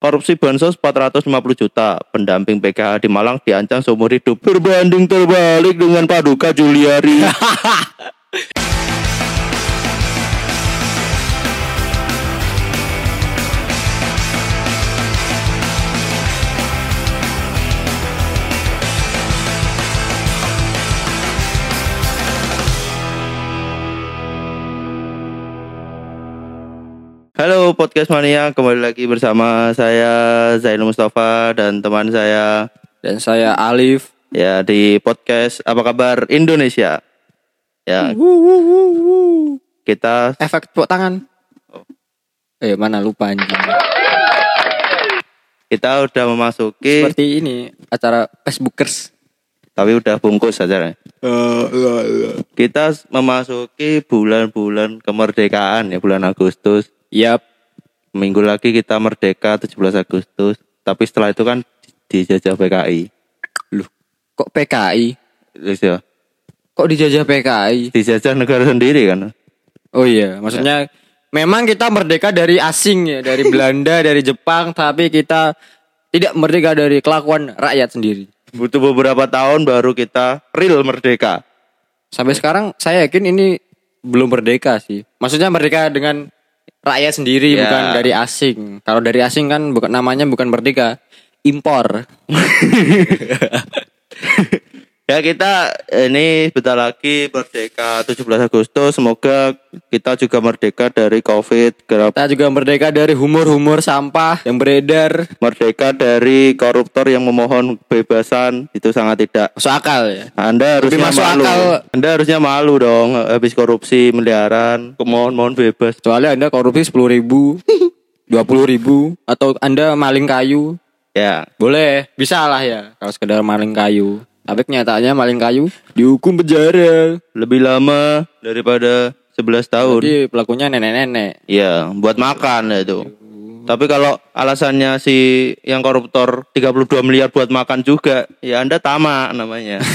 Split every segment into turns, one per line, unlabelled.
korupsi bansos 450 juta. Pendamping PKH di Malang diancam seumur hidup. Berbanding terbalik dengan Paduka Juliari. Halo podcast mania, kembali lagi bersama saya Zainul Mustafa dan teman saya
Dan saya Alif.
ya di podcast Apa Kabar Indonesia. Ya, kita
Efek tepuk tangan. Eh mana lupa anjing.
kita udah memasuki
Seperti ini acara Facebookers.
tapi udah bungkus aja. Kita memasuki bulan-bulan kemerdekaan ya, bulan Agustus.
Yap.
Minggu lagi kita merdeka 17 Agustus, tapi setelah itu kan dijajah PKI.
Loh, kok PKI?
Terus ya,
Kok dijajah PKI?
dijajah negara sendiri kan.
Oh iya, maksudnya memang kita merdeka dari asing ya, dari Belanda, dari Jepang, tapi kita tidak merdeka dari kelakuan rakyat sendiri.
Butuh beberapa tahun baru kita real merdeka.
Sampai sekarang saya yakin ini belum merdeka sih. Maksudnya merdeka dengan rakyat sendiri
Ya.
bukan dari asing. Kalau dari asing kan bukan namanya bukan merdeka, impor.
Ya kita ini bentar lagi merdeka 17 Agustus. Semoga kita juga merdeka dari Covid, kera-
Kita juga merdeka dari humor-humor sampah yang beredar.
merdeka dari koruptor yang memohon kebebasan. Itu sangat tidak
Masuk akal ya.
Anda harusnya
Lebih masuk
malu.
akal.
Anda harusnya malu dong habis korupsi miliaran. Mohon mohon bebas.
Soalnya Anda korupsi 10 ribu, 20 ribu, atau Anda maling kayu.
Ya,
Boleh, bisa lah ya kalau sekedar maling kayu. Tapi kenyataannya maling kayu dihukum penjara.
lebih lama daripada 11 tahun.
Jadi pelakunya nenek-nenek.
Iya, buat makan ya itu. Tapi kalau alasannya si yang koruptor 32 miliar buat makan juga, ya Anda tamak namanya.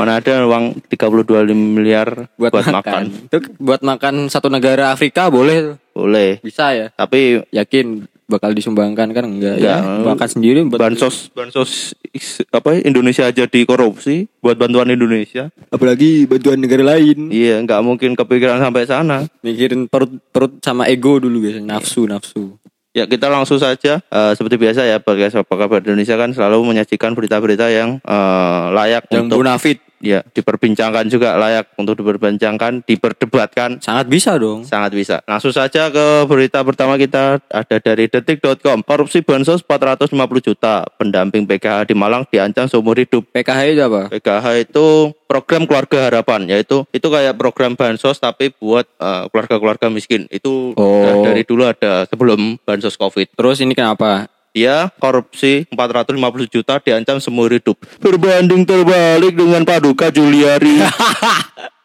Mana ada uang 32 miliar buat, makan.
Itu buat makan satu negara Afrika boleh,
Boleh.
bisa ya.
Tapi
Yakin bakal disumbangkan kan enggak ya?
Enggak.
Makan sendiri buat-
bansos bansos is- apa Indonesia aja dikorupsi buat bantuan Indonesia.
apalagi bantuan negara lain.
Iya, nggak mungkin kepikiran sampai sana.
Mikirin perut perut sama ego dulu biasanya, nafsu nafsu.
Ya kita langsung saja Eh, seperti biasa ya podcast apa kabar Indonesia kan selalu menyajikan berita-berita yang eh, layak
Yang
untuk
munafik
ya diperbincangkan juga layak untuk diperbincangkan diperdebatkan
sangat bisa dong.
sangat bisa langsung saja ke berita pertama kita ada dari detik.com korupsi bansos 450 juta pendamping PKH di Malang diancam seumur hidup
PKH itu apa?
PKH itu program keluarga harapan yaitu itu kayak program bansos tapi buat eh, keluarga-keluarga miskin itu
Oh.
dari dulu ada sebelum bansos covid
Terus ini kenapa?
dia Iya, korupsi 450 juta diancam seumur hidup berbanding terbalik dengan Paduka Juliari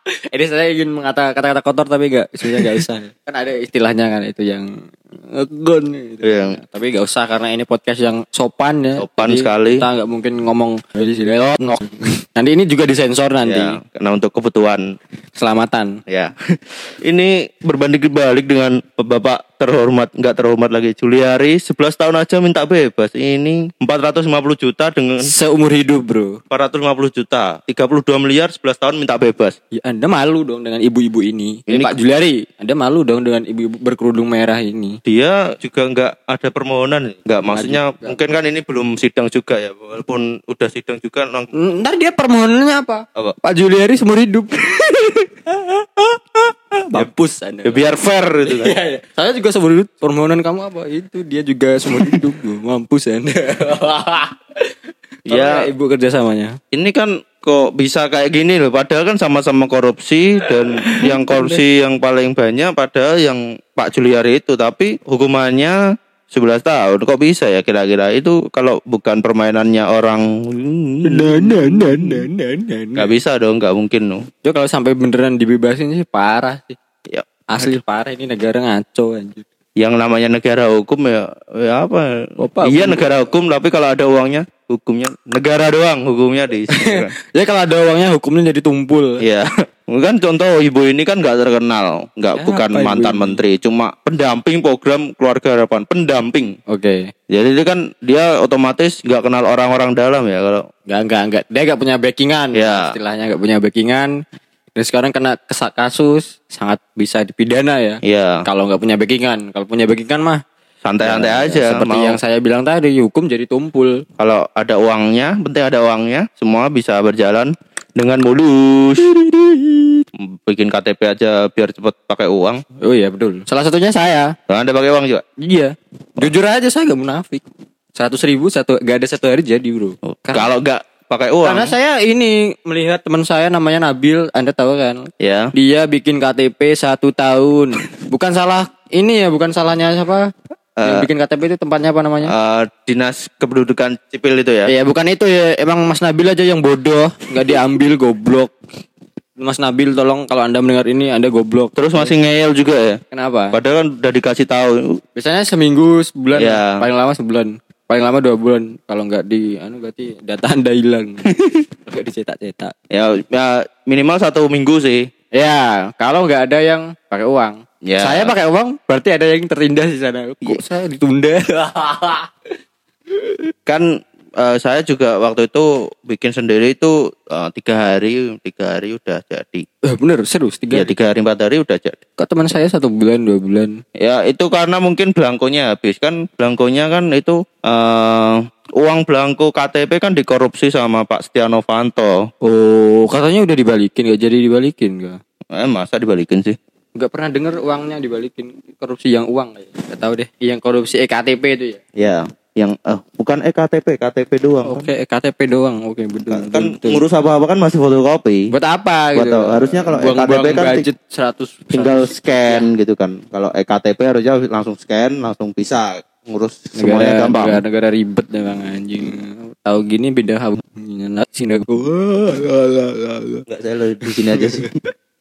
Ini saya ingin mengata kata-kata kotor tapi enggak sebenarnya enggak usah. kan ada istilahnya kan itu yang ngegon gitu.
Yang-
Tapi enggak usah karena ini podcast yang sopan ya.
Sopan sekali.
Kita enggak mungkin ngomong "Jadi sini, oh, ngok." Nanti ini juga disensor nanti.
ya, karena untuk kebutuhan
Selamatan.
ya ini berbanding balik dengan bapak terhormat nggak terhormat lagi Juliari 11 tahun aja minta bebas ini 450 juta dengan
Seumur hidup, Bro.
450 juta 32 miliar 11 tahun minta bebas
Ya, anda malu dong dengan ibu-ibu ini.
Ini-
ini Pak Juliari, Anda malu dong dengan ibu-ibu berkerudung merah ini.
dia juga nggak ada permohonan nggak maksudnya mungkin kan ini belum sidang juga ya walaupun udah sidang juga nong-
Hmm, Ntar dia permohonannya apa?
Apa?
Pak Juliari seumur hidup. Mampus
ya
Anda.
biar fair gitu kan.
Iya, iya. Saya juga seumur hidup. Permohonan kamu apa? Itu dia juga seumur hidup. Loh, Mampus Anda.
Ya.
Iya, ibu kerjasamanya.
ini kan kok bisa kayak gini loh padahal kan sama-sama korupsi dan yang korupsi yang paling banyak padahal yang Pak Juliari itu tapi hukumannya 11 tahun kok bisa ya kira-kira itu kalau bukan permainannya orang
Nah, nah, nah, nah, nah, nah, nah.
nggak bisa dong nggak mungkin loh
Yo, kalau sampai beneran dibebasin sih parah sih.
ya
Asli parah ini negara ngaco anjir.
yang namanya negara hukum ya, ya apa?
Apa?
iya negara hukum tapi kalau ada uangnya hukumnya negara doang hukumnya di
Ya kalau ada uangnya hukumnya jadi tumpul.
Iya. Kan contoh ibu ini kan nggak terkenal, nggak
Apa
bukan
ibu
mantan
ini?
menteri, cuma pendamping program keluarga harapan, pendamping.
Oke.
Jadi dia kan dia otomatis nggak kenal orang-orang dalam ya kalau
Enggak, enggak, enggak. Dia enggak punya backingan.
Iya.
Istilahnya enggak punya backingan. Dan sekarang kena kesak kasus sangat bisa dipidana ya.
ya
Kalau enggak punya backingan, kalau punya backingan mah
santai-santai
ya,
aja.
Seperti
mau.
yang saya bilang tadi, hukum jadi tumpul.
kalau ada uangnya, penting ada uangnya, semua bisa berjalan dengan mulus. Bikin KTP aja biar cepet pakai uang.
Oh iya, betul. Salah satunya saya.
Nah, Anda pakai uang juga.
Iya. Jujur aja saya enggak munafik. 100 ribu satu gak ada satu hari jadi, Bro. Karena-
Kalau nggak pakai uang,
Karena saya ini melihat teman saya namanya Nabil, Anda tahu kan?
ya
Dia bikin KTP satu tahun. Bukan salah ini ya, bukan salahnya siapa? yang bikin KTP itu tempatnya apa namanya?
eh, dinas kependudukan sipil itu ya.
ya bukan itu ya. Emang Mas Nabil aja yang bodoh, nggak diambil goblok. Mas Nabil tolong kalau Anda mendengar ini Anda goblok.
Terus masih ngeyel juga ya.
Kenapa?
Padahal kan udah dikasih tahu.
Biasanya seminggu, sebulan,
Iya.
ya. paling lama sebulan. Paling lama dua bulan kalau nggak di anu berarti data Anda hilang. Nggak dicetak-cetak.
Ya, ya minimal satu minggu sih.
Ya, kalau nggak ada yang pakai uang.
Ya.
Saya pakai uang, berarti ada yang tertindas di sana. Iya. Kok saya ditunda?
Kan eh, saya juga waktu itu bikin sendiri itu eh, tiga hari, tiga hari udah jadi.
Eh, Bener, serius
Ya
tiga.
tiga hari empat hari udah jadi.
Kok teman saya satu bulan, dua bulan?
Ya itu karena mungkin belangkonya habis kan belangkonya kan itu eh, uang belangko KTP kan dikorupsi sama Pak Setia Novanto.
Oh, katanya udah dibalikin, nggak jadi dibalikin nggak?
Eh masa dibalikin sih?
Nggak pernah denger uangnya dibalikin korupsi yang uang kayaknya. nggak tahu deh yang korupsi EKTP itu ya
Ya, yang eh bukan EKTP, KTP doang.
oke EKTP doang oke betul
Oh, Kan,
betul,
kan
betul.
ngurus apa-apa kan masih fotokopi.
buat apa
Buat
gitu
apa? Harusnya kalau
Buang-buang
EKTP kan ti-
budget 100
Tinggal scan gitu kan. Kalau EKTP harusnya langsung scan, langsung bisa ngurus
Iya,
semuanya
negara,
gampang.
Negara, negara ribet emang anjing. Tahu gini beda hab- nyenat sih dah.
Enggak saya lebih di sini aja sih.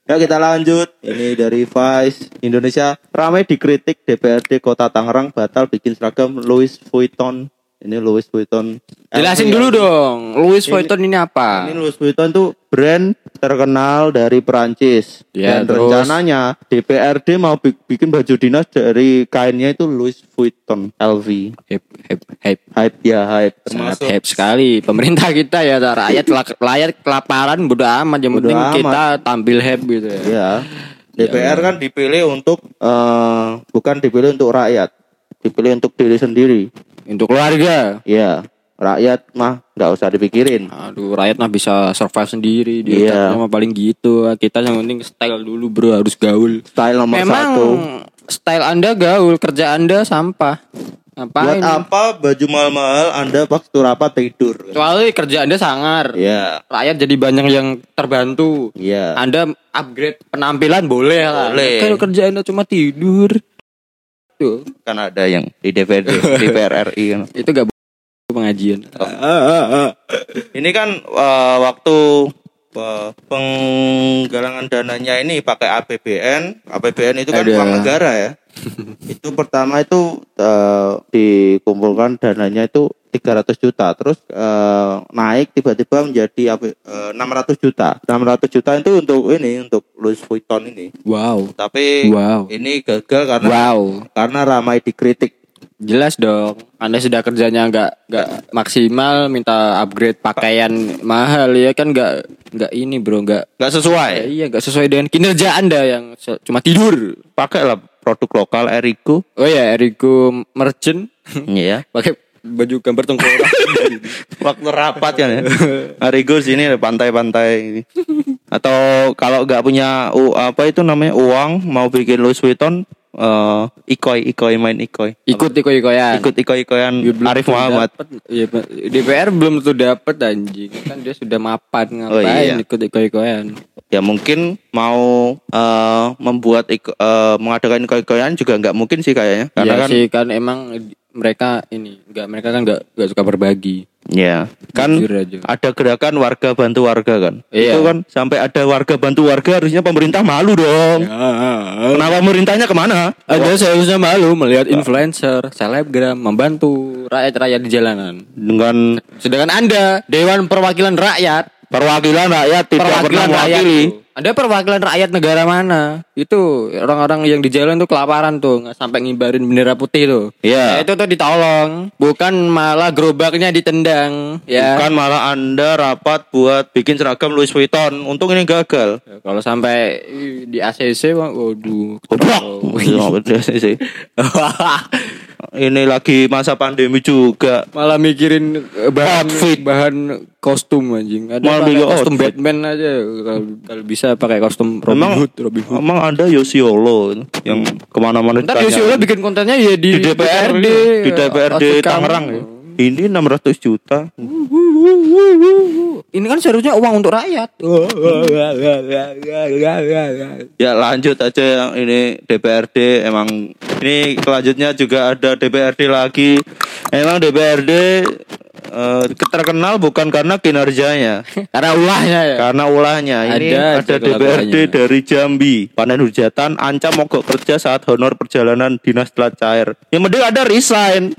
Ya kita lanjut. Ini dari Vice Indonesia ramai dikritik DPRD Kota Tangerang batal bikin seragam Louis Vuitton. Ini Louis Vuitton.
Jelasin
Elf
dulu
ya.
dong. Louis Vuitton ini apa?
Ini Louis Vuitton tuh brand terkenal dari Perancis
Ya,
dan
terus?
rencananya DPRD mau bi- bikin baju dinas dari kainnya itu Louis Vuitton LV.
Hype, hype, hype.
Hype ya hype.
Sangat hype sekali. Pemerintah kita ya tak, rakyat lak- layak kelaparan bodo amat yang
Bodo
penting
amat.
kita tampil hype gitu ya.
Ya. DPR kan dipilih untuk eh, bukan dipilih untuk rakyat, dipilih untuk diri sendiri.
Untuk keluarga.
Ya, rakyat mah nggak usah dipikirin.
Aduh, rakyat mah bisa survive sendiri
Iya.
dia otaknya mah paling gitu. Kita yang penting style dulu, Bro, harus gaul.
Style nomor
Memang
satu.
style Anda gaul, kerja Anda sampah.
Buat
Ngapain?
apa baju mahal-mahal Anda waktu rapat tidur?
Kecuali kerja Anda sangar.
Ya,
Rakyat jadi banyak yang terbantu.
ya.
Anda upgrade penampilan boleh lah.
Boleh.
Kalau kerja Anda cuma tidur. Tuh,
Kan ada yang di DPRD, DPR RI. kan.
itu gak bu- pengajian.
Oh. Ini kan eh, waktu eh, penggalangan dananya ini pakai APBN. APBN itu kan
Ada.
uang negara ya. itu pertama itu eh, dikumpulkan dananya itu 300 juta terus eh, naik tiba-tiba menjadi AP, eh, 600 juta 600 juta itu untuk ini untuk Louis Vuitton ini
Wow.
tapi
Wow.
ini gagal karena
Wow.
karena ramai dikritik
Jelas dong. Anda sudah kerjanya nggak nggak maksimal minta upgrade pakaian mahal ya kan nggak nggak ini bro nggak
nggak sesuai
ya iya nggak sesuai dengan kinerja anda yang se- cuma tidur
pakailah produk lokal Eriko
oh ya Eriko merchant
ya
pakai baju gambar tengkorak
waktu rapat kan ya. Arigo sini ada pantai-pantai atau kalau nggak punya u- apa itu namanya uang mau bikin Louis Vuitton eh, ikoi ikoi main ikoi
ikut ikut ikoyan
ikut ikoi ikoyan
Ya, belum
Arif
tentu
Muhammad
dapet. Iya, Pak. DPR belum tuh dapat anjing kan dia sudah mapan ngapain
Oh, iya.
ikut ikut ikoyan
ya mungkin mau eh, membuat iko- eh, mengadakan ikoi ikoyan juga nggak mungkin sih kayaknya karena
ya
kan
sih kan emang mereka ini nggak mereka kan nggak nggak suka berbagi
ya kan
Jujur aja.
ada gerakan warga bantu warga kan
Iya.
itu kan sampai ada warga bantu warga harusnya pemerintah malu
Iya.
dong kenapa pemerintahnya kemana
Ada seharusnya malu melihat influencer, selebgram membantu rakyat-rakyat di jalanan.
dengan
Sedangkan Anda Dewan Perwakilan Rakyat
Perwakilan rakyat tidak
Perwakilan
pernah
rakyat,
mewakili.
bro. Ada perwakilan rakyat negara mana? Itu orang-orang yang di jalan tuh kelaparan tuh, nggak sampai ngibarin bendera putih tuh.
Iya.
Ya, itu tuh ditolong, bukan malah gerobaknya ditendang, ya.
Bukan malah Anda rapat buat bikin seragam Louis Vuitton. Untung ini gagal.
Ya, Kalau sampai ih, di ACC, wah, waduh.
Goblok. Iya, bener sih. Ini lagi masa pandemi juga.
malah mikirin eh, bahan
Outfit.
bahan kostum anjing. Ada
Malah
pakai
mikir
kostum
outfit.
Batman aja kalau- kalau bisa pakai kostum Robin
Emang-
Hood, Robin Hood.
Emang Anda Yosiolo yang kemana-mana ditanya.
Ntar Yosiola bikin kontennya ya di,
di DPRD, di DPRD
outfit kamu.
Tangerang. ya. Ini 600 juta.
Ini kan seharusnya uang untuk rakyat.
Ya lanjut aja yang ini DPRD emang ini selanjutnya juga ada DPRD lagi. Emang DPRD eh, terkenal bukan karena kinerjanya,
Karena ulahnya ya.
karena ulahnya. Ini
Ada
ada,
aja
DPRD
kelakuannya.
dari Jambi, panen hujatan, ancam mogok kerja saat honor perjalanan dinas telat cair. Yang mending ada resign.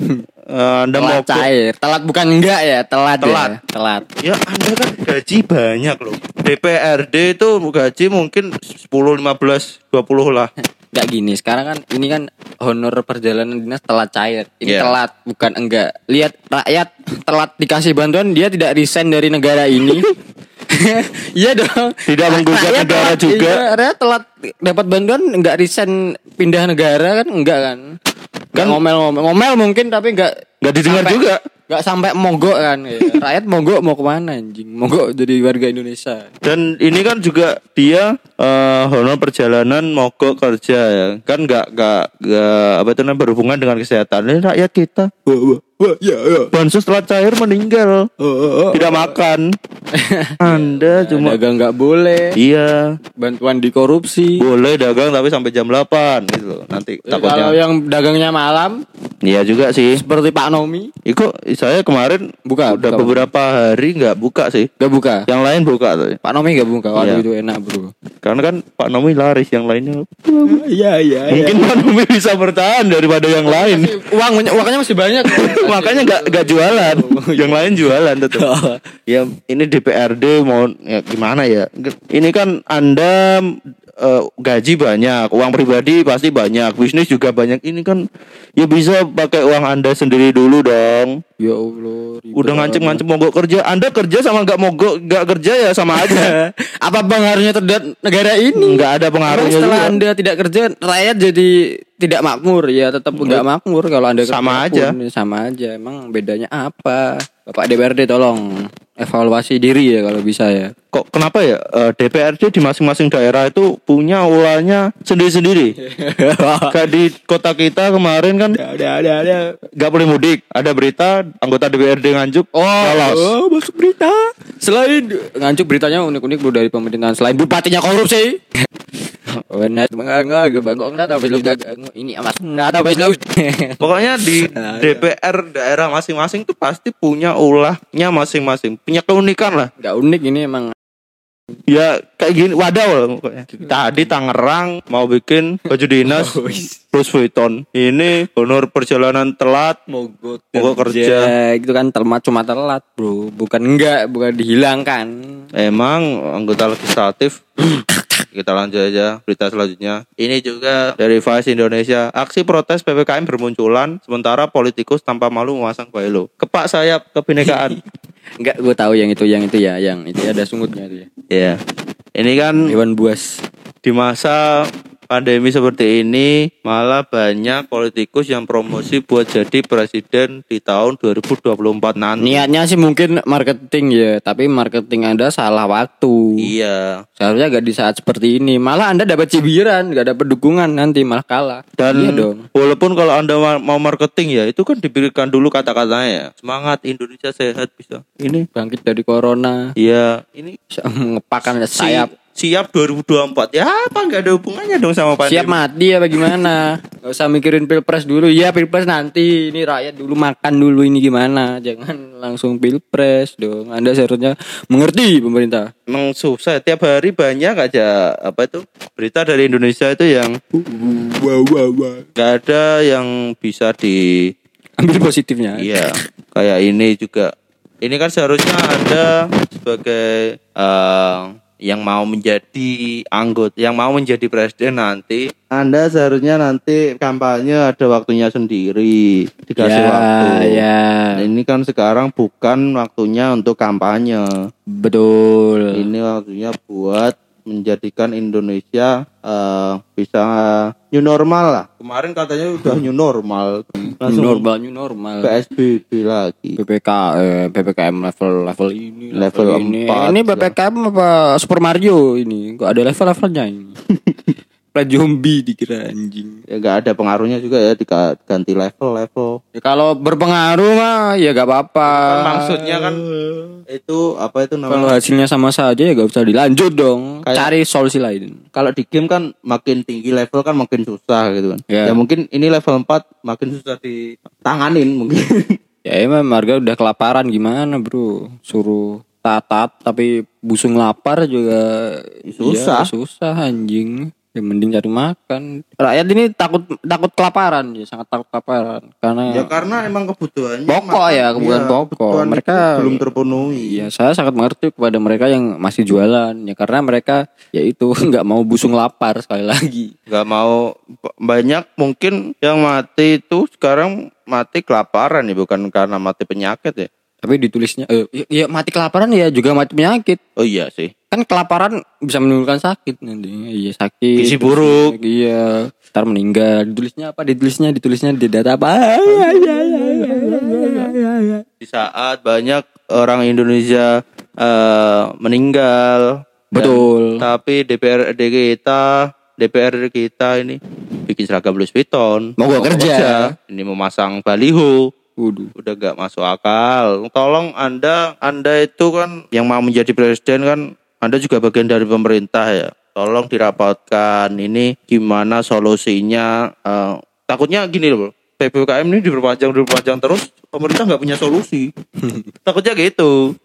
Eh, anda
Telat
mogok.
cair. Telat bukan enggak ya, telat.
Telat.
Ya. Telat.
Ya Anda kan gaji banyak loh. DPRD itu gaji mungkin 10, 15, 20 lah.
Enggak gini, sekarang kan ini kan honor perjalanan dinas telat cair. Ini
Iya.
telat bukan enggak. Lihat rakyat telat dikasih bantuan, dia tidak resign dari negara ini. Iya dong.
Tidak menggugat
Rakyat
negara
telat-
juga.
iya, rakyat telat dapat bantuan enggak resign pindah negara kan enggak kan. Kan
Kan-
ngomel-ngomel. Ngomel mungkin tapi enggak
Enggak didengar
sampai-
juga.
Enggak sampai mogok kan. Ya, rakyat mogok mau kemana anjing? Mogok jadi warga Indonesia.
Dan ini kan juga dia eh, honor perjalanan mogok kerja ya. Kan nggak nggak nggak apa itu namanya berhubungan dengan kesehatan. Ini rakyat kita.
Wah, wah, wah, ya, ya.
Bansos telah cair meninggal.
Oh, Iya, oh, oh.
Tidak makan. Anda cuma
Dagang nggak boleh.
iya
bantuan dikorupsi.
boleh dagang tapi sampai jam 8 gitu loh. Nanti
Iya, Kalau
takutnya.
yang dagangnya malam
Iya juga sih.
seperti Pak Nomi
Iku saya kemarin
Buka,
udah
buka.
beberapa hari nggak buka sih.
gak buka.
Yang lain buka tuh.
Pak Nomi gak buka. Waduh
Iya.
itu enak bro.
Karena kan Pak Nomi laris yang lainnya.
Iya iya.
Mungkin Pak Nomi bisa bertahan daripada yang lain.
Uang uangnya masih banyak.
Makanya nggak nggak jualan. yang lain jualan tetap. ya ini DPRD mau ya gimana ya? Ini kan Anda eh, gaji banyak, uang pribadi pasti banyak, bisnis juga banyak. Ini kan ya bisa pakai uang Anda sendiri dulu dong.
ya Allah. ribet
Udah
banget.
ngancem-ngancem mogok kerja. Anda kerja sama nggak mogok, nggak kerja ya sama aja.
Apa pengaruhnya terhadap negara ini?
nggak ada
Emang
pengaruhnya
setelah
juga.
anda tidak kerja rakyat jadi tidak makmur ya tetap nggak makmur kalau anda kerja
Sama
pun, sama aja emang bedanya apa Bapak DPRD tolong evaluasi diri ya kalau bisa ya
Kok kenapa ya eh, DPRD di masing-masing daerah itu punya ulahnya sendiri-sendiri. Kayak di kota kita kemarin kan
ada ada ada
nggak boleh mudik. Ada berita anggota DPRD nganjuk
Oh,
lolos.
oh, masuk berita. Selain ngancuk beritanya unik-unik bro dari pemerintahan selain bupatinya korupsi. Benar, enggak ini amat nggak tahu
Pokoknya di
Nah,
DPR daerah masing-masing tuh pasti punya ulahnya masing-masing, punya keunikan lah.
Enggak unik ini emang.
Ya kayak gini wadah loh pokoknya. Tadi Tangerang mau bikin baju dinas
Oh, iya.
Louis Vuitton. Ini honor perjalanan telat
Mogok
Mogok kerja.
Itu kan telat cuma telat, Bro. Bukan enggak, bukan dihilangkan.
Emang anggota legislatif kita lanjut aja berita selanjutnya. Ini juga dari Vice Indonesia. Aksi protes PPKM bermunculan sementara politikus tanpa malu memasang bailo. Kepak sayap kebinekaan.
Enggak, gue tahu yang itu, yang itu ya, yang itu ada sungutnya itu ya.
ya. Ini kan
Hewan buas.
di masa pandemi seperti ini malah banyak politikus yang promosi buat jadi presiden di tahun 2024 nanti.
Niatnya sih mungkin marketing ya, tapi marketing Anda salah waktu.
Iya.
Seharusnya gak di saat seperti ini. Malah Anda dapat cibiran, gak dapat dukungan nanti malah kalah.
Dan
iya dong.
walaupun kalau Anda ma- mau marketing ya itu kan diberikan dulu kata-katanya ya. Semangat Indonesia sehat bisa. Ini
Bangkit dari corona,
ya ini
bisa mengepakkan
si-
sayap.
siap 2024. Ya apa nggak ada hubungannya dong sama pandemi?
Siap mati ya bagaimana? Gak usah mikirin pilpres dulu. Ya pilpres nanti. Ini rakyat dulu makan dulu ini gimana? Jangan langsung pilpres dong. Anda seharusnya mengerti pemerintah.
Emang susah tiap hari banyak aja apa itu berita dari Indonesia itu yang nggak ada yang bisa di
Ambil positifnya.
Iya, kayak ini juga. Ini kan seharusnya Anda sebagai eh, yang mau menjadi anggota, yang mau menjadi presiden nanti, Anda seharusnya nanti kampanye ada waktunya sendiri, dikasih
ya,
waktu.
ya.
Nah, ini kan sekarang bukan waktunya untuk kampanye.
Betul.
Ini waktunya buat menjadikan Indonesia eh, bisa new normal lah. Hmm. Kemarin katanya udah new normal.
New
Langsung
normal, new normal.
PSBB lagi.
PPKM, PPKM level level ya. ini,
Level
ini.
empat
Ini
lah.
PPKM apa Super Mario ini? Kok ada level-levelnya ini? Plan zombie dikira anjing.
Ya nggak ada pengaruhnya juga ya diganti level-level.
Ya, kalau berpengaruh mah ya gak apa-apa.
maksudnya kan itu apa itu
kalau
namanya?
hasilnya sama saja ya gak usah dilanjut dong.
Kayak-
Cari solusi lain.
Kalau di game kan makin tinggi level kan makin susah gitu kan.
Ya.
Ya mungkin ini level 4 makin susah ditanganin mungkin.
Ya emang Marga udah kelaparan gimana bro? Suruh tatap tapi busung lapar juga
Susah.
ya, susah anjing. Ya mending cari makan. Rakyat ini takut takut kelaparan ya, sangat takut kelaparan karena
ya karena emang kebutuhannya
Hmm. Pokok ya, kebutuhan
Iya,
pokok.
kebutuhan itu
Mereka-
belum terpenuhi.
Iya, saya sangat mengerti kepada mereka yang masih jualan ya karena mereka yaitu nggak mau busung lapar sekali lagi.
nggak mau b- banyak mungkin yang mati itu sekarang mati kelaparan ya bukan karena mati penyakit ya
Tapi ditulisnya eh ya, ya mati kelaparan ya juga mati penyakit.
oh iya sih
Kan kelaparan bisa menimbulkan sakit nanti. Iya, sakit.
Gizi
terus
buruk.
sakit, Iya, ntar meninggal. Ditulisnya apa? Ditulisnya ditulisnya di data apa? Ah, iya,
Iya. di saat banyak orang Indonesia eh, meninggal
Betul.
Dan- tapi DPRD kita DPRD kita ini bikin seragam Louis Vuitton
Mau gua kerja.
ini memasang baliho
Waduh.
udah gak masuk akal. Tolong Anda, Anda itu kan yang mau menjadi presiden kan Anda juga bagian dari pemerintah ya. Tolong dirapatkan ini gimana solusinya. Eh, takutnya gini loh, PPKM ini diperpanjang diperpanjang terus pemerintah nggak punya solusi. takutnya gitu.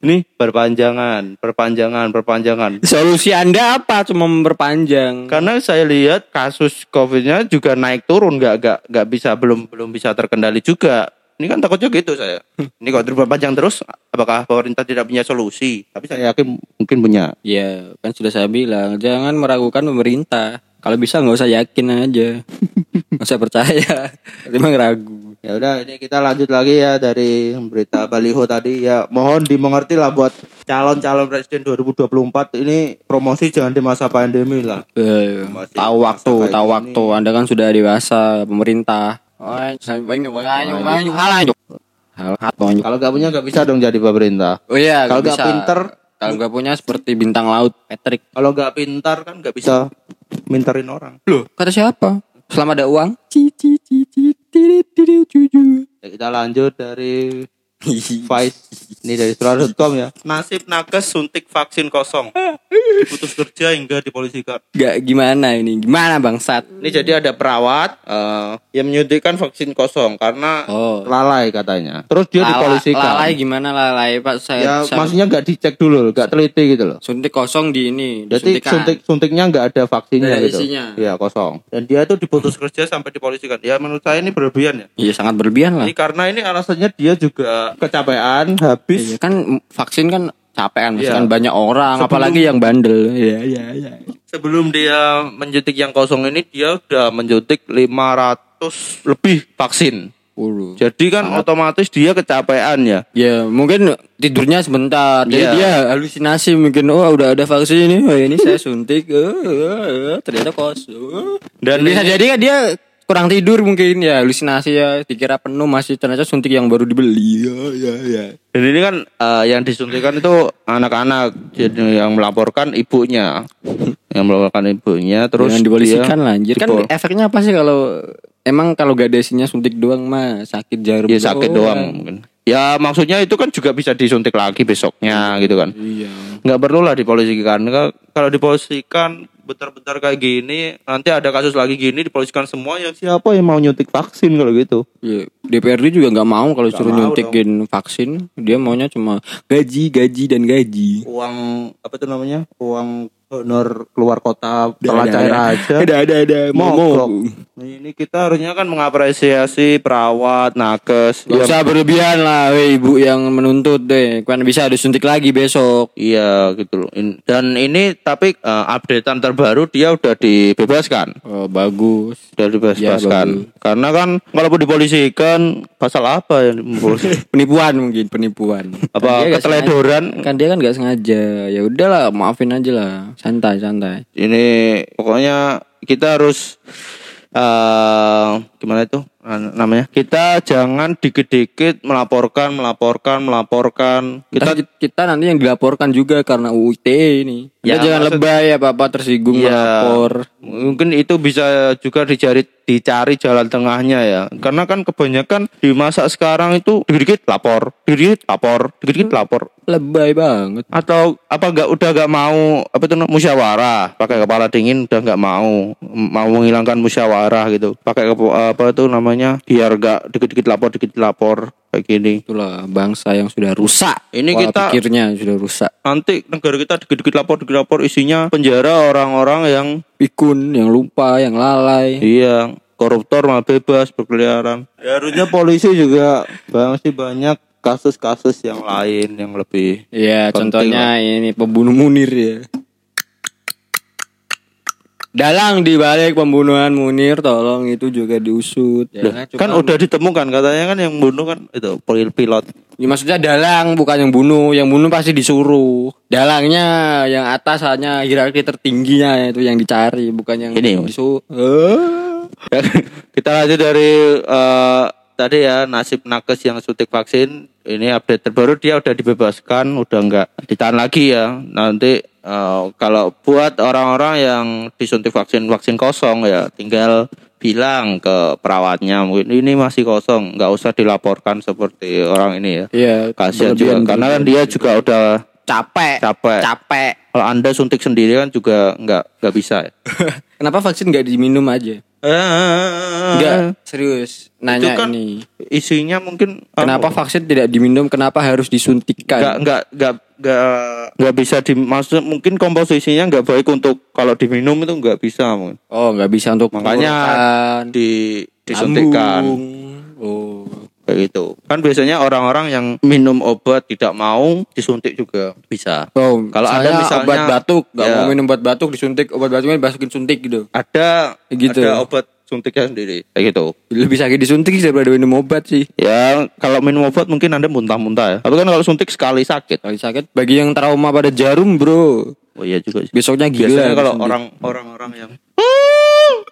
Ini perpanjangan, perpanjangan, perpanjangan.
Solusi Anda apa? Cuma memperpanjang.
Hmm. Karena saya lihat kasus COVID-nya juga naik turun, nggak nggak nggak bisa belum belum bisa terkendali juga. Ini kan takutnya gitu saya. Ini kalau terpanjang terus, apakah pemerintah tidak punya solusi? Tapi saya yakin mungkin punya.
Ya, kan sudah saya bilang, jangan meragukan pemerintah. Kalau bisa nggak usah yakin aja. Nggak usah percaya. Emang ragu.
Ya udah, ini kita lanjut lagi ya dari berita Baliho tadi. Ya mohon dimengerti lah buat calon-calon presiden 2024 ini promosi jangan di masa pandemi lah.
Eh,
Masih
tahu waktu,
masa kayak
tahu
gini.
waktu. Anda kan sudah dewasa, pemerintah.
Kalau nggak punya nggak bisa dong jadi pemerintah.
Oh iya,
Kalau nggak
bisa.
pinter,
kalau nggak punya seperti bintang laut Patrick.
kalau nggak pintar kan nggak bisa minterin orang.
Loh, kata siapa? Selama ada uang. Ci, ci, ci, ci, tiri, tiri, ju, ju.
Ya, kita lanjut dari Vice ini dari surat.com ya. Nasib nakes suntik vaksin kosong. Putus kerja hingga dipolisikan.
Nggak gimana ini? Gimana bangsat?
Ini jadi ada perawat eh, yang menyuntikkan vaksin kosong karena
Oh.
lalai katanya. Terus dia
Lala-
dipolisikan.
Lalai gimana lalai Pak? Saya,
Ya
saya-
maksudnya nggak dicek dulu, nggak teliti gitu loh.
suntik kosong di ini.
Jadi
disuntikan.
suntik suntiknya nggak ada vaksinnya
Nggak ada
gitu.
isinya.
Iya kosong. Dan dia itu diputus kerja sampai dipolisikan. Ya menurut saya ini berlebihan ya.
Iya sangat berlebihan lah.
Ini karena ini alasannya dia juga kecapean habis
Iya kan m- vaksin kan capek kan,
Iya.
kan banyak orang,
Sebelum-
apalagi yang bandel. Iya iya iya.
sebelum dia menjutik yang kosong ini dia udah menjutik 500 lebih vaksin.
Waduh.
Jadi kan otomatis dia kecapean ya.
Ya mungkin tidurnya sebentar,
Iya.
jadi dia halusinasi mungkin. Oh udah ada vaksin ini, oh, ini saya suntik. Eh, eh, eh, ternyata kosong.
Dan
Dan bisa
ini-
jadi kan dia kurang tidur mungkin ya halusinasi ya dikira penuh masih ternyata suntik yang baru dibeli. Iya iya iya.
Dan ini kan eh, yang disuntikan itu anak-anak. Jadi yang melaporkan ibunya. Yang melaporkan ibunya terus
Jangan dipolisikan
dia-
lah anjir kan
Dipol-
efeknya apa sih kalau emang kalau gak ada isinya suntik doang mah sakit jarum
Ya sakit doang
Oh.
mungkin. Ya maksudnya itu kan juga bisa disuntik lagi besoknya gitu kan.
iya
nggak perlu lah dipolisikan Ka- kalau dipolisikan bentar-bentar kayak gini nanti ada kasus lagi gini dipolisikan semua ya siapa yang mau nyuntik vaksin kalau gitu
Iya, DPRD juga nggak mau kalau suruh
mau
nyuntikin vaksin dia maunya cuma gaji gaji dan gaji
uang apa itu namanya uang honor keluar kota
Udah,
telat
udah,
cair
udah.
aja.
Ada ada ada. Iya.
Mogok. Ini kita harusnya kan mengapresiasi perawat, nakes.
Gak
Ya,
usah berlebihan lah, weh, ibu yang menuntut deh. Kan bisa disuntik lagi besok.
iya gitu loh. In- Dan ini tapi eh, updatean terbaru dia udah dibebaskan.
Oh, bagus.
Udah dibebaskan.
Ya,
Karena kan walaupun dipolisikan pasal apa yang dipolisikan?
Penipuan mungkin, penipuan.
apa
Dia nggak
keteledoran
sengaja. Kan dia kan nggak sengaja. Ya udahlah, maafin aja lah. Santai, santai.
ini pokoknya kita harus eh gimana itu An- namanya kita jangan dikit-dikit melaporkan melaporkan melaporkan
Kita
kita
kita nanti yang dilaporkan juga karena UIT ini.
Ya,
Kita jangan
maksud-
lebay apa apa tersinggung
Iya.
melapor.
mungkin itu bisa juga dicari dicari jalan tengahnya ya karena kan kebanyakan di masa sekarang itu dikit-dikit lapor dikit-dikit lapor dikit-dikit lapor
Lebay banget.
atau apa nggak udah nggak mau apa itu namanya, musyawarah pakai kepala dingin udah nggak mau M- mau menghilangkan musyawarah gitu pakai kepo- apa itu namanya biar nggak dikit-dikit lapor dikit lapor kayak gini
Itulah bangsa yang sudah rusak.
Ini
Pola
kita-
pikirnya sudah rusak.
nanti negara kita dikit-dikit lapor dikit lapor isinya penjara orang-orang yang
Pikun yang lupa, yang lalai.
iya koruptor malah bebas berkeliaran Ya, harusnya polisi juga bang sih banyak kasus-kasus yang lain yang lebih
Iya,
Penting
contohnya ini pembunuh Munir ya. Dalang dibalik pembunuhan Munir, tolong itu juga diusut. Ya,
Lah,
cuma-
kan udah ditemukan katanya kan yang bunuh kan itu pil- pilot
Ya, maksudnya dalang bukan yang bunuh, yang bunuh pasti disuruh. Dalangnya yang atas hanya hierarki tertingginya itu yang dicari, bukan yang Eh.
Ini, Mas.
disuruh.
Ya, kita lanjut dari eh, tadi ya nasib nakes yang suntik vaksin ini update terbaru dia udah dibebaskan udah nggak ditahan lagi ya nanti eh, kalau buat orang-orang yang disuntik vaksin vaksin kosong ya tinggal bilang ke perawatnya mungkin ini masih kosong nggak usah dilaporkan seperti orang ini ya
Iya,
kasihan juga
berlebihan,
karena kan dia juga udah
capek,
capek
capek.
kalau anda suntik sendiri kan juga nggak nggak bisa ya.
Kenapa vaksin nggak diminum
Eh.
aja? eh, Enggak, serius. Nanya
kan-
ini.
isinya mungkin
Kenapa vaksin tidak diminum? Kenapa harus disuntikan?
nggak nggak nggak nggak nggak bisa dimaksud mungkin komposisinya nggak baik untuk kalau diminum itu nggak bisa mungkin
Oh, nggak bisa untuk
Makanya
mengeluarkan
Kan di disuntikan
lambung. Oh,
kayak gitu kan biasanya orang-orang yang minum obat tidak mau disuntik juga bisa
oh
Kalau ada
saya
misalnya-
obat batuk, nggak
Ya.
mau minum obat batuk disuntik, obat batuknya dimasukin suntik gitu.
ada
Gitu.
ada obat suntiknya sendiri kayak gitu
Lebih sakit disuntik sih daripada minum obat sih.
ya kalau minum obat mungkin anda muntah-muntah ya tapi kan kalau suntik sekali sakit
Kalau sakit, bagi yang trauma pada jarum bro,
oh iya juga sih.
besoknya gila.
biasanya kalau
disuntik.
orang orang-orang yang "Ah!"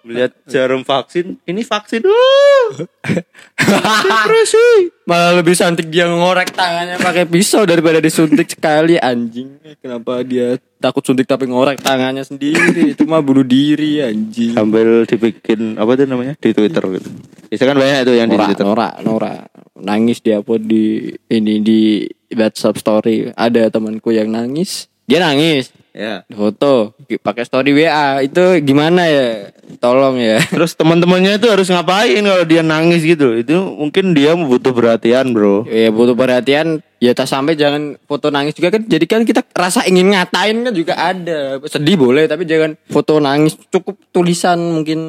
melihat jarum vaksin ini vaksin "Ah!" depresi
malah lebih cantik dia ngorek tangannya pakai pisau daripada disuntik sekali anjing. Kenapa dia takut suntik tapi ngorek tangannya sendiri? Itu mah bunuh diri anjing.
sambil dibikin apa tuh namanya di Twitter gitu. Biasanya kan banyak itu yang di
Nora,
Twitter.
Nora, Nora. Nangis dia pun di ini di WhatsApp story. Ada temanku yang nangis. Dia nangis.
Ya.
Foto pakai story WA. Itu gimana ya? Tolong ya.
Terus teman-temannya itu harus ngapain kalau dia nangis gitu? Itu mungkin dia butuh perhatian, Bro.
Ya butuh perhatian. Ya tak sampai jangan foto nangis juga kan. Jadi kan kita rasa ingin ngatain kan juga ada. Sedih boleh tapi jangan foto nangis. Cukup tulisan mungkin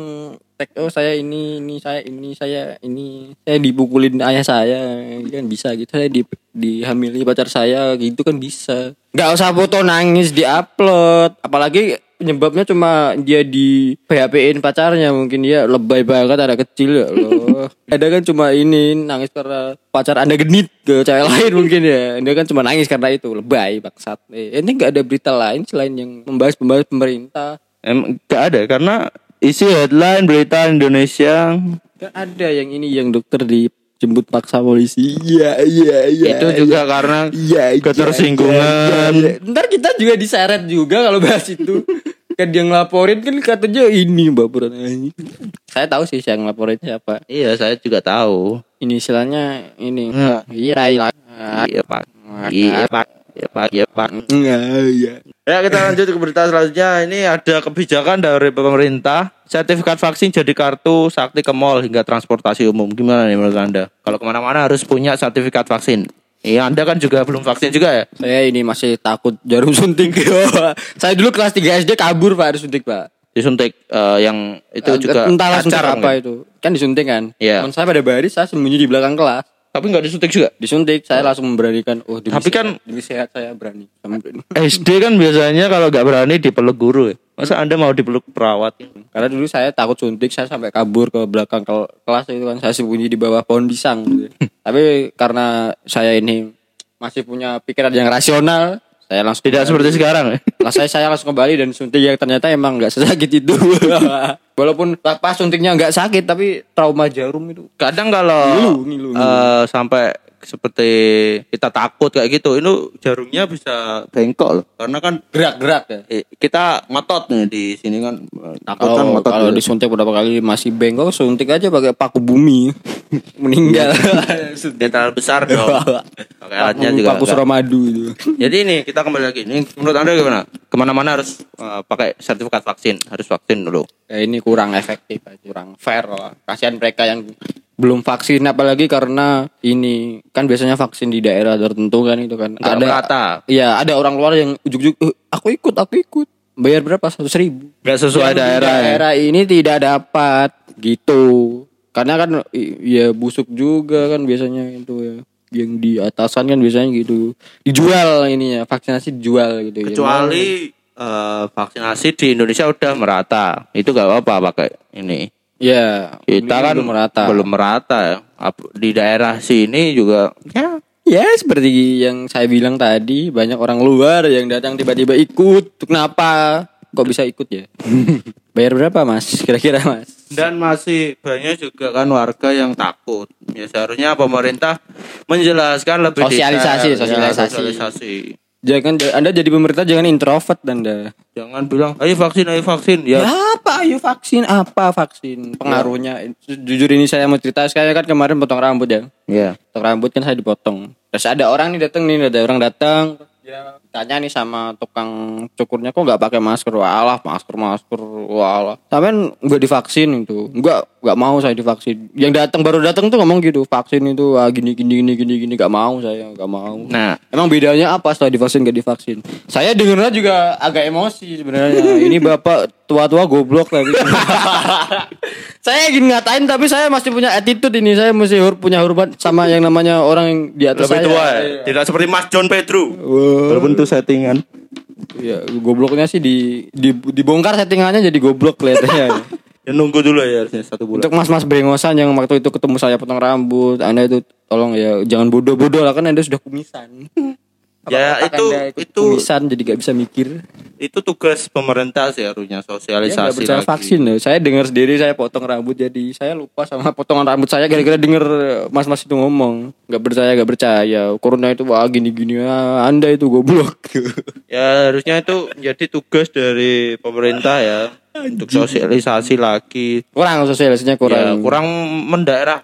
tag oh saya ini ini saya ini saya ini saya dipukulin ayah saya kan bisa gitu saya di, dihamili pacar saya gitu kan bisa nggak usah foto nangis diupload apalagi penyebabnya cuma dia di PHP-in pacarnya mungkin dia lebay banget anak kecil ya Allah. Ada kan cuma ini nangis karena pacar Anda genit ke cewek lain mungkin ya. Dia kan cuma nangis karena itu lebay bangsat. Eh, ini nggak ada berita lain selain yang membahas membahas pemerintah.
Em gak ada karena isi headline berita Indonesia
Kan ada yang ini yang dokter dijemput paksa polisi. Iya iya iya.
itu juga karena
Iya,
ya.
iya,
ketersinggungan.
iya, iya. Ntar kita juga diseret juga kalau bahas itu. kan dia ngelaporin kan katanya ini baperan anjing. Saya tahu sih yang ngelaporin siapa.
Iya, saya juga tahu.
Inisialnya ini.
Nah.
Iya, Rai lah.
Iya, Pak. Iya, Pak. Iya, Pak. Iya, Pak.
Iya.
Ya kita lanjut ke berita selanjutnya Ini ada kebijakan dari pemerintah Sertifikat vaksin jadi kartu sakti ke mall hingga transportasi umum Gimana nih menurut anda? Kalau kemana-mana harus punya sertifikat vaksin Iya, Anda kan juga belum vaksin juga ya?
Saya ini masih takut jarum suntik. Oh, saya dulu kelas 3 SD kabur Pak harus suntik Pak.
Disuntik eh, yang itu
Eh,
juga
entahlah suntik
lancar,
apa
mungkin.
itu. Kan disuntik kan.
Iya.
Teman saya pada baris saya sembunyi di belakang kelas.
Tapi nggak disuntik juga.
Disuntik saya langsung memberanikan. Oh, demi
Tapi
sehat-
kan-
demi sehat saya berani. Saya berani.
SD kan biasanya kalau nggak berani dipeluk guru ya. Masa Anda mau dipeluk perawat?
Karena dulu saya takut suntik, saya sampai kabur ke belakang kel- kelas itu kan saya sembunyi di bawah pohon pisang. gitu. Tapi karena saya ini masih punya pikiran yang rasional, saya langsung
Tidak seperti sekarang ya.
lah saya saya langsung kembali dan suntik yang ternyata emang nggak sesakit itu. Walaupun pas suntiknya nggak sakit tapi trauma jarum itu.
Kadang kalau
Ngilu, ngilu, ngilu.
eh, sampai seperti kita takut kayak gitu, itu jarumnya bisa bengkok loh. Karena kan
Gerak-gerak ya.
eh, kita ngotot nih di sini kan eh, takut kan
Kalau
ngotot.
kalau
gitu.
disuntik berapa kali masih bengkok, suntik aja pakai paku bumi. Meninggal. Suntik.
Dia terlalu besar dong. Oke, Iya. alatnya juga.
paku
nggak-
suramadu itu.
Jadi ini kita kembali lagi. Ini menurut Anda gimana? Kemana-mana harus eh, pakai sertifikat vaksin, harus vaksin dulu.
ya ini kurang efektif, eh, kurang fair lah. Kasihan mereka yang belum vaksin apalagi karena ini kan biasanya vaksin di daerah tertentu kan itu kan
Nggak merata.
Iya, ada orang luar yang ujuk-ujuk "Eh, aku ikut, aku ikut. Bayar berapa? Seratus ribu.
Gak sesuai
Yang di
daerah. ya.
daerah ini tidak dapat gitu. Karena kan i- ya busuk juga kan biasanya itu ya. Yang di atasan kan biasanya gitu. Dijual ininya, vaksinasi dijual gitu. Ya,
Kecuali eh, vaksinasi di Indonesia udah merata, itu gak apa-apa pakai ini.
Ya,
Kita
ini
kan
belum merata.
Belum merata ya. Ap- Di daerah sini juga ya
Ya seperti yang saya bilang tadi banyak orang luar yang datang tiba-tiba ikut. Kenapa? Kok bisa ikut ya? Bayar berapa mas? Kira-kira mas?
dan masih banyak juga kan warga yang takut. Ya seharusnya pemerintah menjelaskan lebih detail.
Sosialisasi,
Ya,
sosialisasi.
sosialisasi.
Jangan anda jadi pemerintah jangan introvert anda.
Jangan bilang, ayo vaksin, ayo vaksin. Ya,
Apa? Ayo vaksin apa vaksin? Pengaruhnya jujur ini saya mau cerita saya kan kemarin potong rambut ya.
ya.
Potong rambut kan saya dipotong. Terus ada orang nih datang nih ada orang datang. Dia tanya nih sama tukang cukurnya kok nggak pakai masker walah masker masker walah sampean nggak divaksin itu nggak nggak mau saya divaksin yang datang baru datang tuh ngomong gitu vaksin itu ah, gini gini gini gini gini nggak mau saya nggak mau
Nah,
Emang bedanya apa setelah divaksin gak divaksin? Saya dengernya juga agak emosi sebenarnya. Ini bapak tua-tua goblok tapi. saya ingin ngatain tapi saya masih punya attitude ini. Saya masih hur- punya hormat sama yang namanya orang yang di atas
lebih
saya.
tua ya. Tidak seperti Mas John Pedro. Walaupun itu settingan.
Ya, gobloknya sih di, di dibongkar settingannya jadi goblok kelihatannya.
Ya nunggu dulu ya harusnya satu bulan.
Untuk mas-mas brengosan yang waktu itu ketemu saya potong rambut, Anda itu tolong ya jangan bodoh-bodoh lah kan Anda sudah kumisan.
Ya
Otak
itu
Anda ikut
itu
kumisan jadi gak bisa mikir.
itu tugas pemerintah sih harusnya
Saya
sosialisasi
nggak percaya
lagi.
vaksin loh. Saya dengar sendiri saya potong rambut jadi saya lupa sama potongan rambut saya gara-gara denger mas-mas itu ngomong nggak percaya nggak percaya corona itu wah gini-gini ah, anda itu goblok.
Ya harusnya itu jadi tugas dari pemerintah ya untuk sosialisasi lagi.
kurang sosialisasinya
Ya,
kurang.
kurang mendaerah.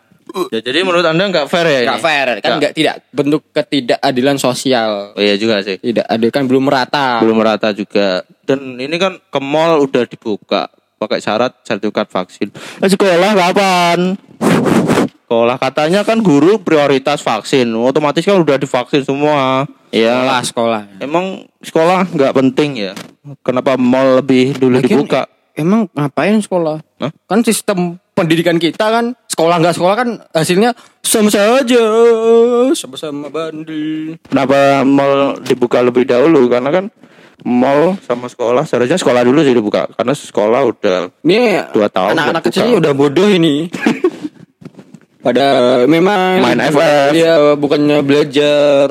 Ya, jadi menurut Anda nggak fair ya
Nggak
ini?
fair kan nggak tidak bentuk ketidakadilan sosial
Oh, iya juga sih.
tidak adil kan belum merata.
Belum merata juga. Dan ini kan ke mall udah dibuka pakai syarat sertifikat vaksin. Eh, sekolah kapan? Sekolah katanya kan guru prioritas vaksin. Otomatis kan udah divaksin semua. Ya
Sekolah sekolah.
Emang sekolah nggak penting ya? Kenapa mall lebih dulu
Lagian,
dibuka?
Emang ngapain sekolah?
Hah?
Kan sistem pendidikan kita kan sekolah nggak sekolah kan hasilnya sama saja sama-sama bandel.
Kenapa mall dibuka lebih dahulu? Karena kan mall sama sekolah seharusnya sekolah dulu sih dibuka. Karena sekolah udah
Ini
Dua tahun
anak-anak
nggak
kecil
buka.
udah bodoh ini. Pada memang
Main FF.
Iya, bukannya belajar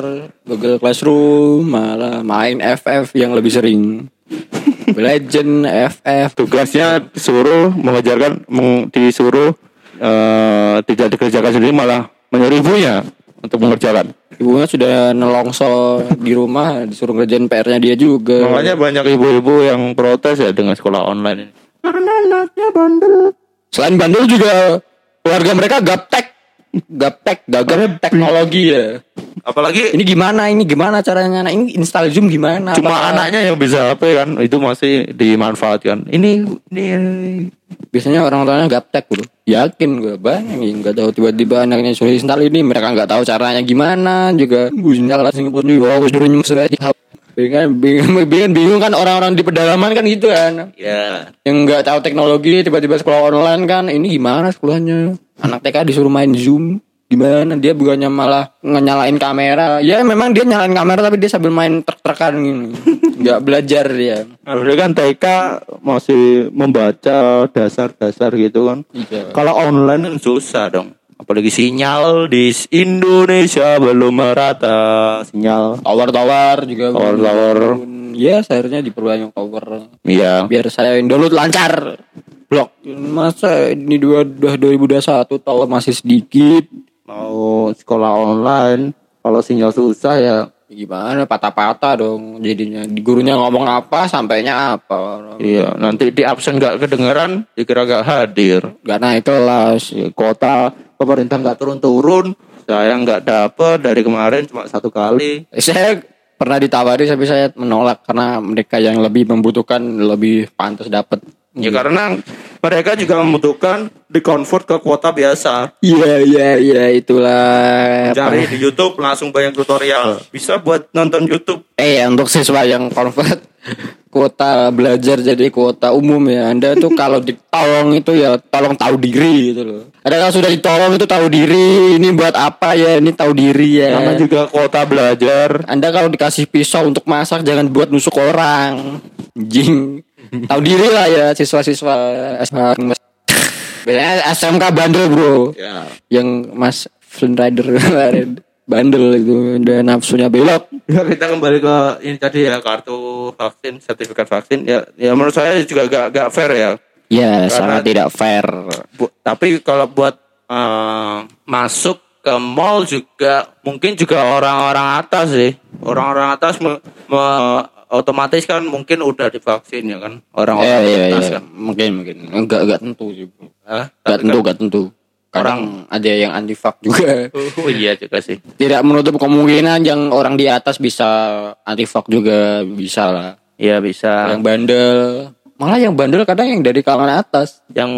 Google Classroom, malah main FF yang lebih sering. Legend FF.
tugasnya suruh mengejarkan meng- disuruh eh, tidak dikerjakan sendiri malah menyuruh ibunya untuk mengerjakan.
Ibunya sudah nelongso di rumah, disuruh ngerjain PR-nya dia juga.
Eh, Makanya banyak ibu-ibu yang protes ya dengan sekolah online ini.
Selain bandel juga keluarga mereka gaptek. Gaptek, gagal teknologi ya.
Apalagi
Ini gimana? Ini gimana caranya? Nah, ini install Zoom gimana?
cuma
Apakah-
anaknya yang bisa HP kan, itu masih dimanfaatkan. Ini ini
Biasanya orang tuanya gaptek bro. Yakin gue banyak yang nggak tahu tiba-tiba anaknya suruh install ini mereka nggak tahu caranya gimana juga. Gue install Singapura juga aku "Oh, suruh nyusul aja. Bingung, bingung, bingung, bingung kan orang-orang di pedalaman kan gitu kan.
ya
Yang nggak tahu teknologi tiba-tiba sekolah online kan ini gimana sekolahnya? Anak TK disuruh main Zoom gimana dia bukannya malah ngenyalain kamera ya memang dia nyalain kamera tapi dia sambil main trek-trekan gini nggak belajar dia
harusnya kan TK masih membaca dasar-dasar gitu kan.
Iya.
Kalau online kan susah dong. Apalagi sinyal di Indonesia belum merata sinyal
tower-tower juga
tower-tower.
Ya seharusnya diperbanyak cover
Iya.
Biar saya download lancar Blok Masa ini dua, dua, 2021 tower masih sedikit
Mau sekolah online kalau sinyal susah ya
Gimana patah-patah dong Jadinya di gurunya ngomong apa sampainya apa
Iya, nanti di absen nggak kedengeran, dikira nggak hadir.
Gak naik kelas
Di Kota Iya, pemerintah nggak turun-turun, saya nggak dapet dari kemarin cuma satu kali.
Eh, Saya pernah ditawari tapi saya menolak Karena mereka yang lebih membutuhkan lebih pantas dapat
Ya karena mereka juga membutuhkan di convert ke kuota biasa.
Iya iya iya itulah
Cari di YouTube langsung banyak tutorial. Bisa buat nonton YouTube.
Eh untuk siswa yang convert kuota belajar jadi kuota umum ya Anda tuh kalau ditolong itu ya tolong tahu diri gitu loh Ada kalau sudah ditolong itu tahu diri ini buat apa ya ini tahu diri ya
Sama juga kuota belajar.
Anda kalau dikasih pisau untuk masak jangan buat nusuk orang Jing Tahu diri lah ya siswa-siswa SMK Biasanya SMK bandel bro
Ya.
Yang mas Flynn Rider kemarin bandel itu udah nafsunya belok
Ya kita kembali ke ini tadi ya kartu vaksin, sertifikat vaksin. Ya, ya menurut saya juga gak, gak fair ya.
Ya sangat tidak fair
Bu- tapi kalau buat eh, masuk ke mall juga mungkin juga orang-orang atas sih orang-orang atas me- me- otomatis kan mungkin udah divaksin ya kan orang-orang
Iya iya
atas
iya.
kan
Mungkin mungkin. kan Enggak enggak tentu sih. Bro.
Hah?
Enggak
Tapi kan-
tentu enggak tentu. Kadang ada yang anti vax juga.
kan- oh iya juga sih
Tidak menutup kemungkinan yang orang di atas bisa anti vax juga bisa lah.
iya bisa
Yang bandel. Malah yang bandel kadang yang dari kalangan atas.
yang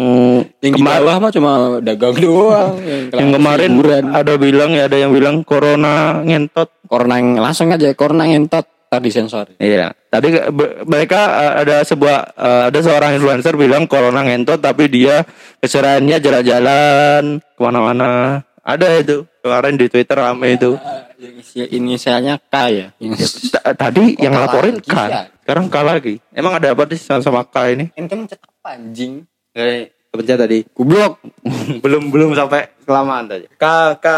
Yang di
kemarin
bawah mah cuma dagang doang. yang
yang kemarin
hiburan.
ada bilang ya ada yang bilang corona ngentot
Kornang langsung aja kornang entot tadi sensor.
Iya. Tadi ke- be- mereka eh, ada sebuah eh, ada seorang influencer bilang corona ngentot tapi dia keserahannya jalan-jalan kemana-mana. Ada itu kemarin di Twitter rame itu.
Yang isi- inisialnya K ya.
Ta- Tadi yang
kalah
laporin
lagi
K.
ya?
Sekarang K lagi. Emang ada apa sih sama, sama K ini?
Ente mencet apa anjing?
Eh, kepencet tadi.
Goblok.
belum belum sampai kelamaan tadi. K K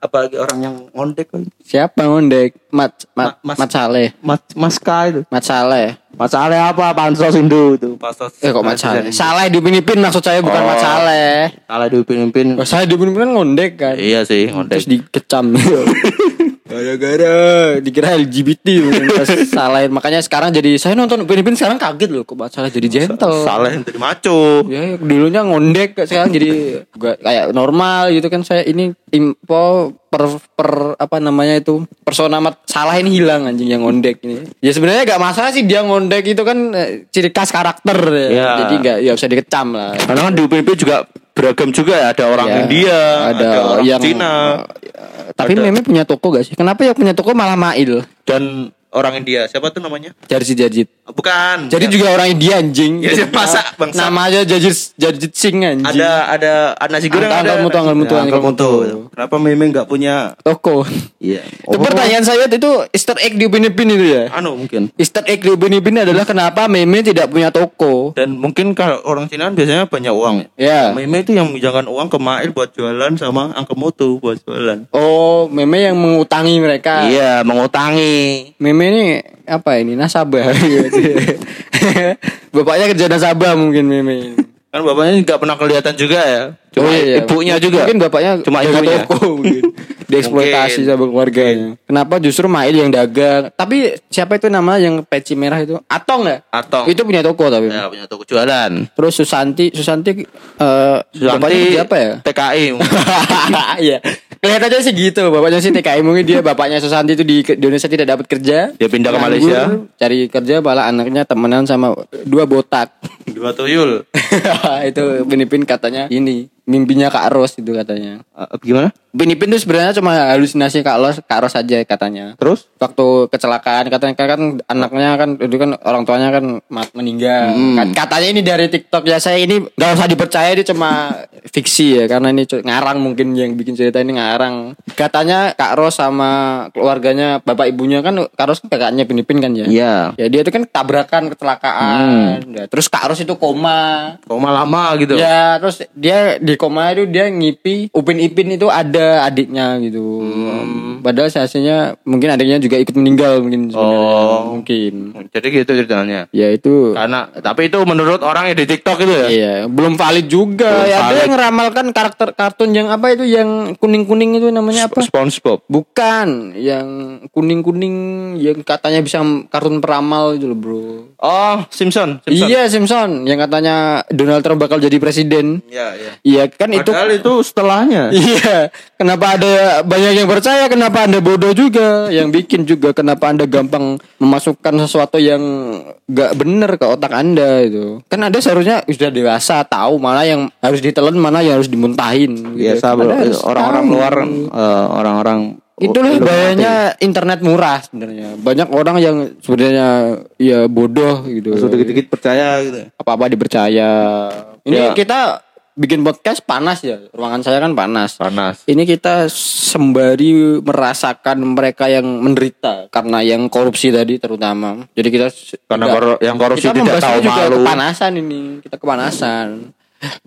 apalagi orang yang ngondek
Siapa ngondek? Mat Mat
Ma- Mas-
Mat Saleh.
Mas Mas K itu.
Mat Saleh.
Masalah apa pansos Indo itu? Pansos.
Eh kok Mat Saleh? Saleh dipinipin maksud saya bukan
Oh.
Mat Saleh.
Salah dipimpin.
Mas Oh, Saleh dipinipin ngondek kan.
Iya sih ngondek.
Terus dikecam. Gara-gara dikira LGBT Mas Saleh. Makanya sekarang jadi saya nonton pinipin sekarang kaget loh kok Mat Saleh jadi gentle.
Salah yang jadi maco.
Ya, dulunya ngondek sekarang jadi gak, kayak normal gitu kan saya ini info per per apa namanya itu persona mat salah ini hilang anjing yang ngondek ini. Ya sebenarnya gak masalah sih dia ngondek itu kan eh, ciri khas karakter ya.
Ya.
Jadi gak ya bisa dikecam lah.
Karena kan di UPB juga beragam juga ya, ada orang
Ya,
India, ada, orang
yang-
Cina
eh, tapi meme punya toko gak sih? Kenapa ya punya toko malah Mail?
dan orang India. Siapa tuh namanya?
Jarjit Jarjit.
Bukan.
Jadi juga orang India anjing.
Ya, sih, masa, bangsa.
Namanya Jarjit Jarjit Singh anjing.
ada ada ada nasi goreng
Angkel,
ada.
angkel mutu, angkel mutu,
Ya,
angkel mutu.
Kenapa meme nggak punya?
toko.
Iya.
Itu pertanyaan saya itu Easter egg di Upin Ipin itu ya.
Anu mungkin.
Easter egg di Upin Ipin adalah kenapa meme tidak punya toko.
Dan mungkin kalau orang Cina biasanya banyak uang. ya.
Ya.
Meme itu yang menjangan uang ke Mail buat jualan sama angka mutu buat jualan.
Oh, meme yang mengutangi mereka.
Iya, mengutangi.
Meme ini apa ini? Nasabah. gitu. Bapaknya kerja nasabah mungkin meme ini.
Kan bapaknya nggak pernah kelihatan juga ya. Cuma
Oh, iya, iya.
ibunya juga.
Mungkin bapaknya
Cuma
jaga
ibunya.
toko mungkin. Dieksploitasi
Mungkin.
sama keluarganya. Kenapa justru Mail yang dagang? Tapi siapa itu nama yang peci merah itu? Atong nggak?
Atong.
Itu punya toko tapi.
Ya, punya toko jualan.
Terus Susanti, Susanti eh
Susanti
bapaknya kerja apa ya?
TKI. mungkin.
Iya. Kelihatannya sih gitu bapaknya sih TKI mungkin dia bapaknya Susanti itu di di Indonesia tidak dapat kerja.
Dia pindah ke
Nganggur,
Malaysia.
Cari kerja malah anaknya temenan sama dua botak.
Dua tuyul.
itu Pinipin katanya ini mimpinya Kak Ros itu katanya.
gimana?
Pinipin tuh sebenarnya cuma halusinasi Kak Ros, Kak Ros aja katanya.
Terus?
waktu kecelakaan katanya kan, kan anaknya kan itu kan orang tuanya kan mat- meninggal Kat- katanya ini dari TikTok ya saya ini nggak usah dipercaya dia cuma fiksi ya karena ini cu- ngarang mungkin yang bikin cerita ini ngarang katanya Kak Ros sama keluarganya bapak ibunya kan Kak Ros kan kakaknya Pinipin kan ya
Iya.
ya dia itu kan tabrakan kecelakaan Ya, terus Kak Ros itu koma
Koma lama gitu.
Ya terus dia di koma itu dia ngipi Upin Ipin itu ada adiknya gitu.
Hmm.
Padahal hasilnya mungkin adiknya juga ikut meninggal mungkin sebenarnya.
Oh.
mungkin.
Jadi gitu ceritanya.
Ya itu
Karena tapi itu menurut orang yang di TikTok itu ya.
Iya, belum valid juga.
Belum
ya, ada
valid.
yang ngeramalkan karakter kartun yang apa itu yang kuning-kuning itu namanya Iya, apa?
SpongeBob.
Bukan, yang kuning-kuning yang katanya bisa kartun peramal itu loh, Bro.
Oh, Simpson. Simpson.
Iya, Simpson yang katanya Donald Trump bakal jadi presiden.
Iya, iya.
Iya, kan itu
Padahal itu setelahnya.
Iya, kenapa ada banyak yang percaya? Kenapa anda bodoh juga? Yang bikin juga kenapa anda gampang memasukkan sesuatu yang gak bener ke otak anda itu? Kan anda seharusnya sudah dewasa tahu mana yang harus ditelan, mana yang harus dimuntahin. gitu.
Biasa
Anda
bro,
harus
Iya, orang-orang
tahu.
luar, eh, orang-orang
Itulah
Illuminati.
bahayanya internet murah sebenarnya. Banyak orang yang sebenarnya ya bodoh gitu.
sedikit-sedikit percaya gitu.
Apa-apa dipercaya.
Ya.
Ini kita bikin podcast panas ya. Ruangan saya kan panas.
Panas.
Ini kita sembari merasakan mereka yang menderita karena yang korupsi tadi terutama. Jadi kita s-
Karena
tidak-
kor- yang korupsi
kita
tidak
membahasnya
tahu
juga
malu.
Kepanasan ini, kita kepanasan.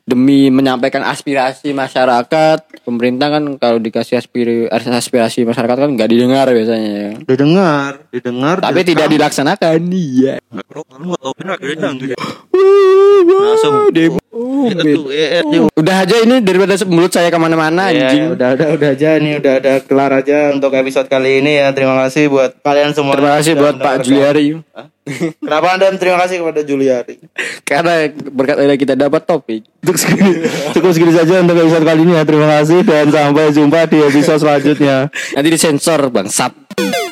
Demi menyampaikan aspirasi masyarakat, pemerintah kan kalau dikasih aspirasi aspirasi masyarakat kan nggak didengar biasanya ya.
Didengar, didengar.
Tapi tidak dilaksanakan. Iya.
Langsung.
Demo. Udah aja ini daripada se- mulut saya kemana-mana Oh,
Iya,
anjing.
udah udah udah aja nih udah ada kelar aja untuk episode kali ini ya terima kasih buat kalian semua
Terima kasih buat Pak Juliari
kenapa anda terima kasih kepada Juliari
karena berkat oleh kita dapat topik.
Untuk segini, cukup segini saja untuk episode kali ini ya. Terima kasih dan sampai jumpa di episode selanjutnya.
Nanti disensor bangsat.